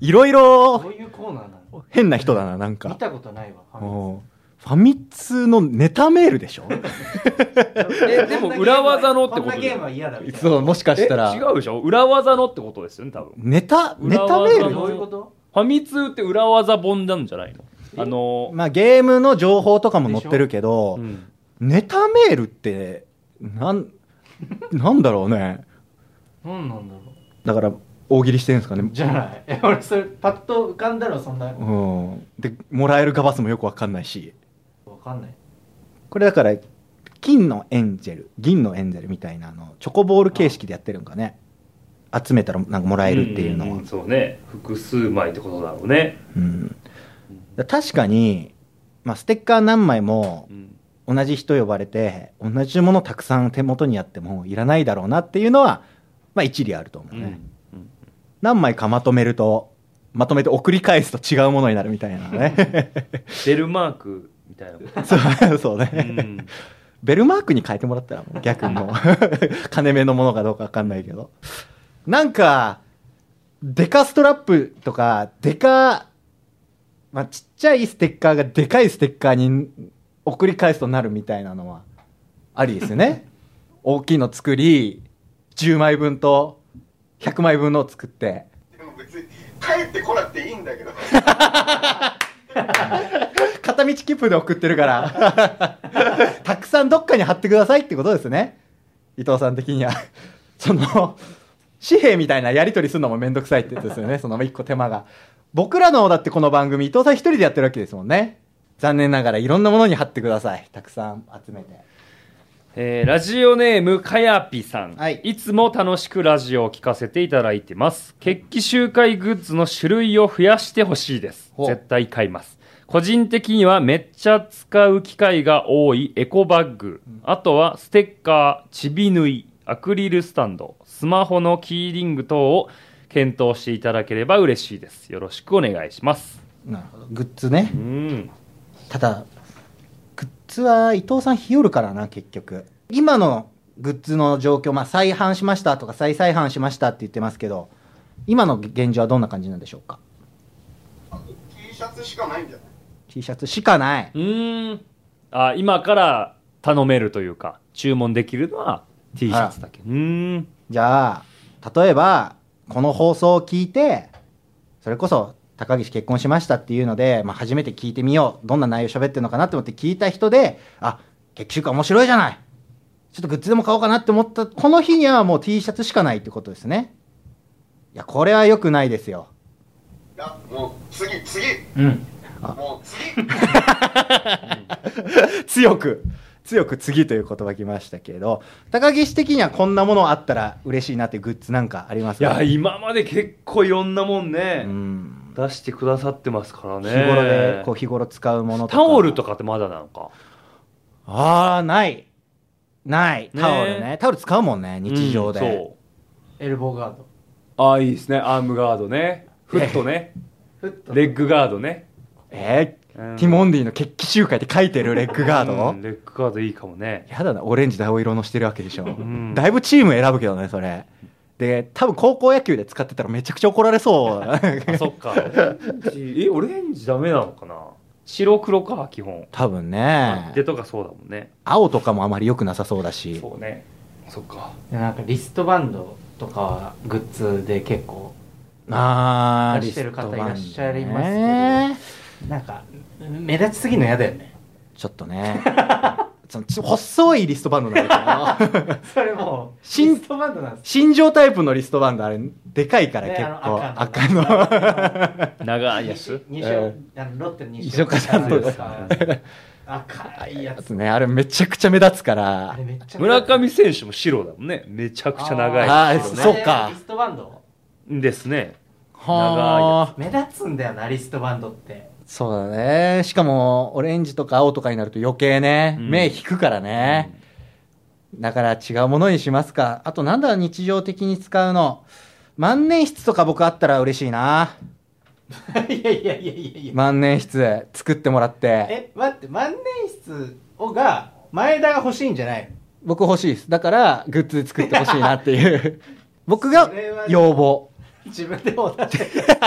いろいどろういうコーナーなの変な人だななん見かたことないわおうファミ通のネタメールでしょえでも裏技のってことこんなゲームは嫌だみたいそうなもしかえしたら違うでしょ裏技のってことですよね多分ネタネタメー裏技ルのどういうことファミ通って裏技本なんじゃないのあのまあ、ゲームの情報とかも載ってるけど、うんネタメールってなん なんだろうね何なんだろうだから大喜利してるんですかねじゃないえ俺それパッと浮かんだろそんなうんでもらえるガバスもよくわかんないしわかんないこれだから金のエンジェル銀のエンジェルみたいなあのチョコボール形式でやってるんかね集めたらなんかもらえるっていうのは、んそうね複数枚ってことだろうね、うんだ確かに、まあ、ステッカー何枚もうん同じ人呼ばれて同じものたくさん手元にあってもいらないだろうなっていうのは、まあ、一理あると思ううね、んうん何枚かまとめるとまとめて送り返すと違うものになるみたいなねベルマークみたいなこと、そうそうね、うんベルマークに変えてもらったらもう逆 にもう金目のものかどうか分かんないけどなんかデカストラップとかデカ、まあ、ちっちゃいステッカーがでかいステッカーに送り返すとなるみたいなのはありですよ ね大きいの作り10枚分と100枚分のを作ってでも別に帰ってこなくていいんだけど片道切符で送ってるから たくさんどっかに貼ってくださいってことですね伊藤さん的にはその紙幣みたいなやり取りするのも面倒くさいってやつですよねその一個手間が僕らのだってこの番組伊藤さん一人でやってるわけですもんね残念ながらいろんなものに貼ってくださいたくさん集めてえーラジオネームかやぴさん、はいつも楽しくラジオを聞かせていただいてます決起集会グッズの種類を増やしてほしいですほう絶対買います個人的にはめっちゃ使う機会が多いエコバッグ、あとはステッカーちび縫いアクリルスタンドスマホのキーリング等を検討していただければ嬉しいですよろしくお願いしますなるほどグッズねうんただグッズは伊藤さん日和るからな結局今のグッズの状況、まあ、再販しましたとか再再販しましたって言ってますけど今の現状はどんな感じなんでしょうか T シャツしかないんじゃない T シャツしかないうーんあ今から頼めるというか注文できるのは T シャツだけうーんじゃあ例えばこの放送を聞いてそれこそ高岸結婚しましたっていうので、まあ、初めて聞いてみようどんな内容喋ってるのかなって思って聞いた人であ結局面白いじゃないちょっとグッズでも買おうかなって思ったこの日にはもう T シャツしかないってことですねいやこれは良くないですよいやもう次次うんもう次強く強く次という言葉きましたけど高岸的にはこんなものあったら嬉しいなっていうグッズなんかありますいかや今まで結構いろんなもんねう、ん出してくださってますからね日頃でこう日頃使うものとかタオルとかってまだなんかああないないねタオルねタオル使うもんね日常で、うんそうエルボーガードああいいですねアームガードねフットねふっとレッグガードね、えーうんティモンディの決起集会って書いてるレッグガード、うんレッグガードいいかもねやだなオレンジで青色のしてるわけでしょ、んだいぶチーム選ぶけどねそれで多分高校野球で使ってたらめちゃくちゃ怒られそう あそっかオレンジえオレンジダメなのかな白黒か基本多分でねとかそうだもんね青とかもあまり良くなさそうだしそうねそっかなんかリストバンドとかはグッズで結構ああ出してる方いらっしゃいますけどねなんか目立ちすぎるの嫌だよねちょっと ねそのち細いリストバンドなんだけど それもう新リストバンドなんです新庄タイプのリストバンドあれでかいからね結構、あ赤のの長いや西つ西うんあのロッテの西岡さんとか赤いややつつねあれめちゃくちゃ目立つからあれめっちゃ村上選手も白だもんねめちゃくちゃ長いあーあ白ーねそうかリストバンドですねはあ目立つんだよなリストバンドってそうだねしかもオレンジとか青とかになると余計ね、うん目引くからね、だから違うものにしますかあとなんだ日常的に使うの万年筆とか僕あったら嬉しいないや いやいやいやいや万年筆作ってもらってえ待って万年筆をが前田が欲しいんじゃない僕欲しいですだからグッズで作ってほしいなって いう僕が要望自分でも出して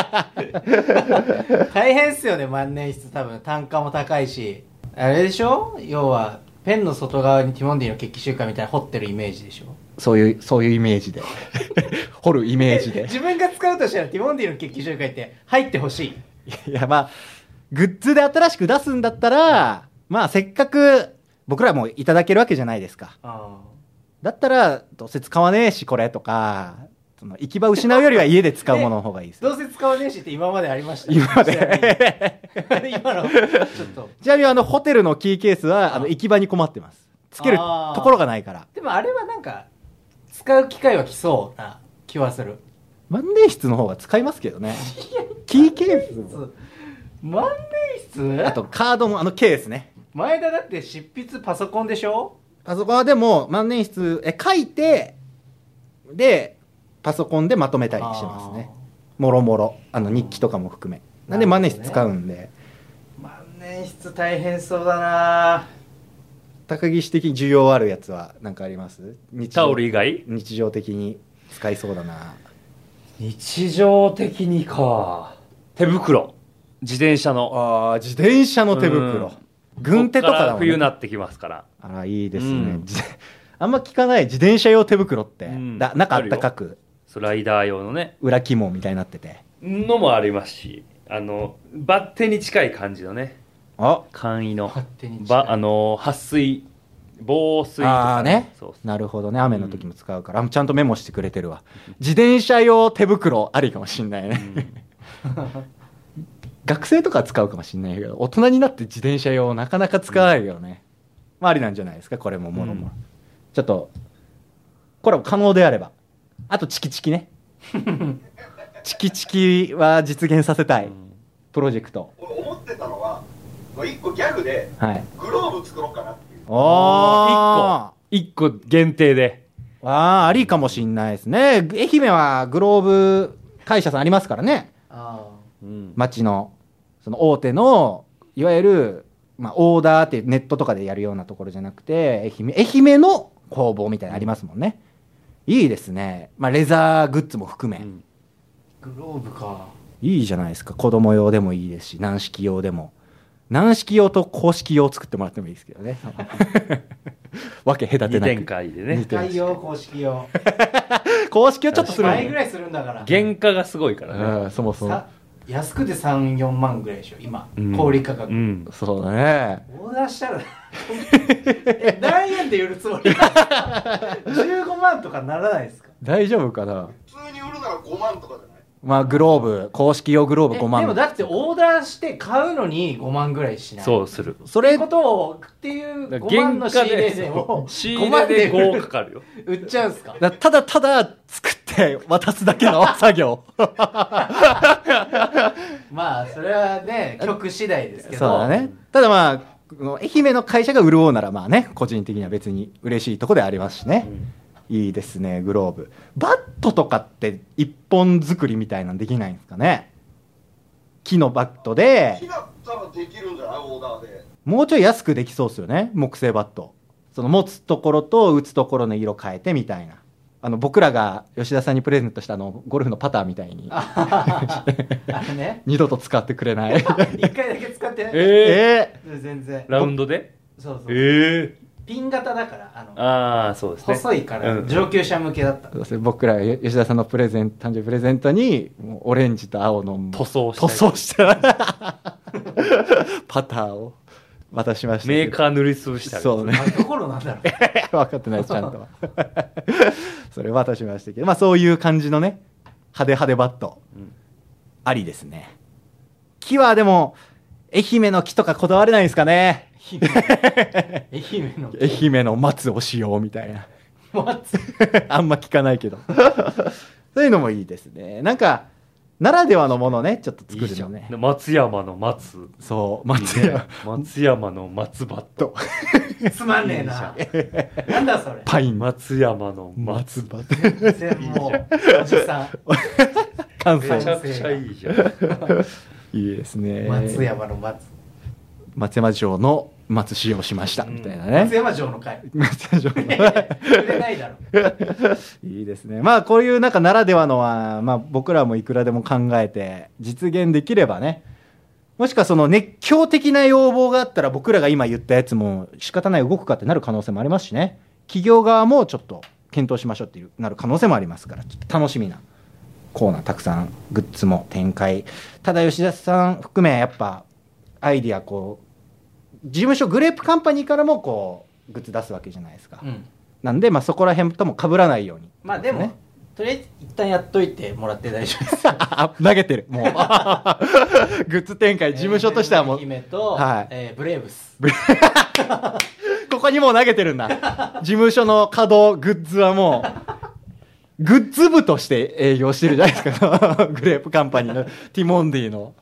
大変っすよね万年筆多分単価も高いしあれでしょ要はペンの外側にティモンディの決起集会みたいなの彫ってるイメージでしょそういうそういうイメージで 掘るイメージで自分が使うとしたらティモンディの決起集会って入ってほし いいや、まあ、グッズで新しく出すんだったら、まあ、せっかく僕らもいただけるわけじゃないですか。あだったら、どうせ使わねえし、これとか、その行き場失うよりは家で使うものの方がいいです どうせ使わねえしって今までありました今までちなみに 今のちょっとちなみにあのホテルのキーケースはあの行き場に困ってますつけるあーところがないからでもあれはなんか使う機会は来そうな気はする万年筆の方が使いますけどねキーケース万年筆あとカードもあのケースね前田だって執筆パソコンでしょパソコンはでも万年筆え書いてでパソコンでまとめたりしてますねもろもろあの日記とかも含めなんで万年筆使うんで、あー万年筆大変そうだな高岸的に需要あるやつは何かあります日タオル以外日常的に使いそうだな日常的にか手袋自転車のあー自転車の手うん袋軍手とかだもん、こっらね、冬なってきますからあらいいですね、うん自 あんま聞かない自転車用手袋って、うんだ中あったかくそうライダー用のね裏肝みたいになっててのもありますしあのバッテに近い感じのねあ簡易の勝手にばあの撥水防水とあかあねそうそうなるほどね雨の時も使うから、あちゃんとメモしてくれてるわ自転車用手袋ありかもしんないね、うん 学生とかは使うかもしんないけど大人になって自転車用なかなか使わないよね、まあありなんじゃないですかこれももろもろ、ちょっとコラボ可能であればあとチキチキ ねチキチキは実現させたい、 プロジェクト俺思ってたのは一個ギャグではいグローブ作ろうかなっていうおお1個限定であーありかもしんないですね愛媛はグローブ会社さんありますからねあ町のその大手のいわゆる、まあ、オーダーってネットとかでやるようなところじゃなくて愛媛愛媛の工房みたいなのありますもんね、いいですね、まあ、レザーグッズも含め、うんーグローブかいいじゃないですか子供用でもいいですし軟式用でも軟式用と公式用作ってもらってもいいですけど ねわけ隔て2な展く開で似ねてる使いよう公式用公式はちょっとするん倍ぐでらいするんだから原価がすごいからねうんそもそもさ安くて34万ぐらいでしょ今、うん小売価格、うんそうだねオーダーしたらえ何円で売るつもり15万とかならないで すか大丈夫かな普通に売るなら5万とかじゃないまあグローブ公式用グローブえ5万でもだってオーダーして買うのに5万ぐらいしないそううするそれことをっていうだから5万の仕入れ税を仕5入万れでで5かかるよ売っちゃう んすかだただただ作って渡すだけ の作業。まあそれはね曲次第ですけどそうだね。ただまあ、この愛媛の会社が潤うならまあね、個人的には別に嬉しいとこでありますしね。いいですね、グローブ。バットとかって一本作りみたいなのできないんですかね木のバット木で、だったらできるんじゃないオーダーでもうちょい安くできそうですよね、木製バット。その持つところと打つところの色変えてみたいな。あの、僕らが吉田さんにプレゼントしたあの、ゴルフのパターみたいに、 あれね二度と使ってくれ ない。 1回だけ使って、ええ え全然ラウンドでそうそう、えピン型だからあのえああそうですね細いからうん上級者向けだった、ーそれ僕らよ吉田さんのプレゼン誕生日プレゼントにもうオレンジと青の塗装し塗たり装した パターを渡しましたメけどーカー塗りつぶしたりそうねあれどころなんだ ろう 分かってないですちゃんとは それ渡しましたけどまあそういう感じのね派手派手バット、うんありですね木はでも愛媛の木とかこだわれないですか ね愛媛の愛媛の松を使用みたいな松 あんま聞かないけど。そういうのもいいですね。なんか、ならではのものね、ちょっと作るのね。松山の松そう、松屋、松山の松バットつまんねえななんだそれパイン、松山の松松バ葉ッ。全然もうおじさん関トめちゃ西。くちゃいいじゃんいいですね。松。山の松松山城の松使用しました、みたいな松ね。山城の会 松山城いやいや触れないだろいいですね。まあ、こういうなんかならではのは、まあ、僕らもいくらでも考えて、実現できればね。もしくはその熱狂的な要望があったら僕らが今言ったやつも仕方ない動くかってなる可能性もありますしね企業側もちょっと検討しましょうっていうなる可能性もありますからちょっと楽しみなコーナーたくさんグッズも展開ただ吉田さん含めやっぱアイディアこう事務所グレープカンパニーからもこうグッズ出すわけじゃないですか、うんなんで、まあ、そこら辺とも被らないように、まあでもねとりあえず一旦やっといてもらって大丈夫ですあ投げてるもう グッズ展開事務所としてはもうえー姫と、はいえーブレーブスここにもう投げてるんだ。事務所の稼働、グッズはもう、グッズ部として営業してるじゃないですか。 グレープカンパニーのティモンディの。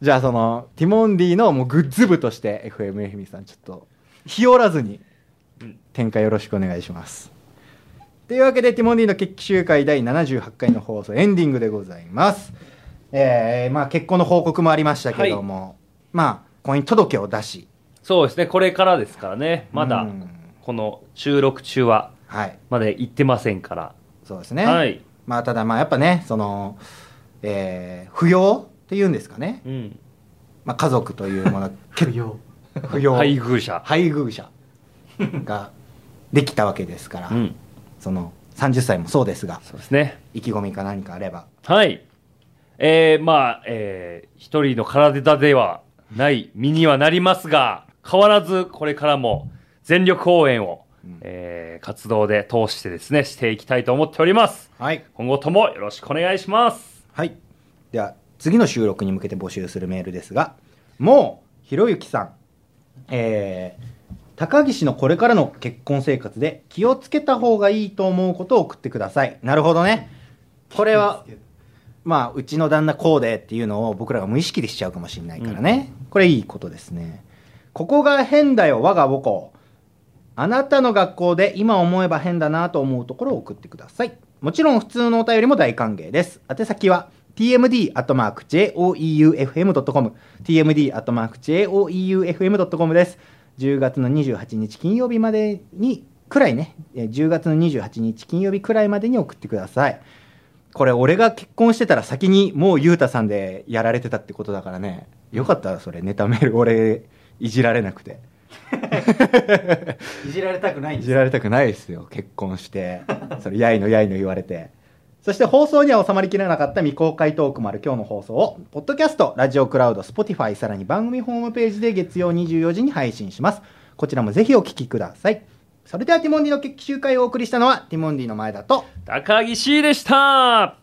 じゃあその、ティモンディのもうグッズ部として FM 愛媛さんちょっと、日和らずに展開よろしくお願いします。というわけで、ティモンディの決起集会第78回の放送エンディングでございます。えー、まあ結婚の報告もありましたけども、まあ婚姻届を出し、そうですね、これからですからね、まうだんこの収録中は、はい、まだ行ってませんから、そうですね。はい、まあただまあやっぱねその、えー、扶養っていうんですかね、うん、まあ、家族というも の不要扶養配偶者、配偶者ができたわけですから、うん、その30歳もそうですがそうですね、意気込みか何かあればはい、えー、まあ、えー、一人の体ではない身にはなりますが、変わらずこれからも全力応援を、うんえー、活動で通してですね、していきたいと思っております。はい、今後ともよろしくお願いします。はい、では次の収録に向けて募集するメールですがもうひろゆきさんえー高岸のこれからの結婚生活で気をつけた方がいいと思うことを送ってくださいなるほどねこれはまあ、うちの旦那こうでっていうのを僕らが無意識でしちゃうかもしれないからね、これいいことですねここが変だよ我が母校あなたの学校で今思えば変だなと思うところを送ってくださいもちろん普通のお便りも大歓迎です宛先は tmd.joeufm.com tmd.joeufm.com です10月の28日金曜日までにくらいねえー10月の28日金曜日くらいまでに送ってくださいこれ俺が結婚してたら先にもうゆうたさんでやられてたってことだからねよかったそれネタメール 俺いじられなくていじられたくないんいでじすられたくないですよ結婚して それやいのやいの言われてそして放送には収まりきれなかった未公開トークもある今日の放送をポッドキャストラジオクラウド Spotify さらに番組ホームページで月曜24時に配信しますこちらもぜひお聞きくださいそれではティモンディの決起集会をお送りしたのはティモンディの前だと高岸でした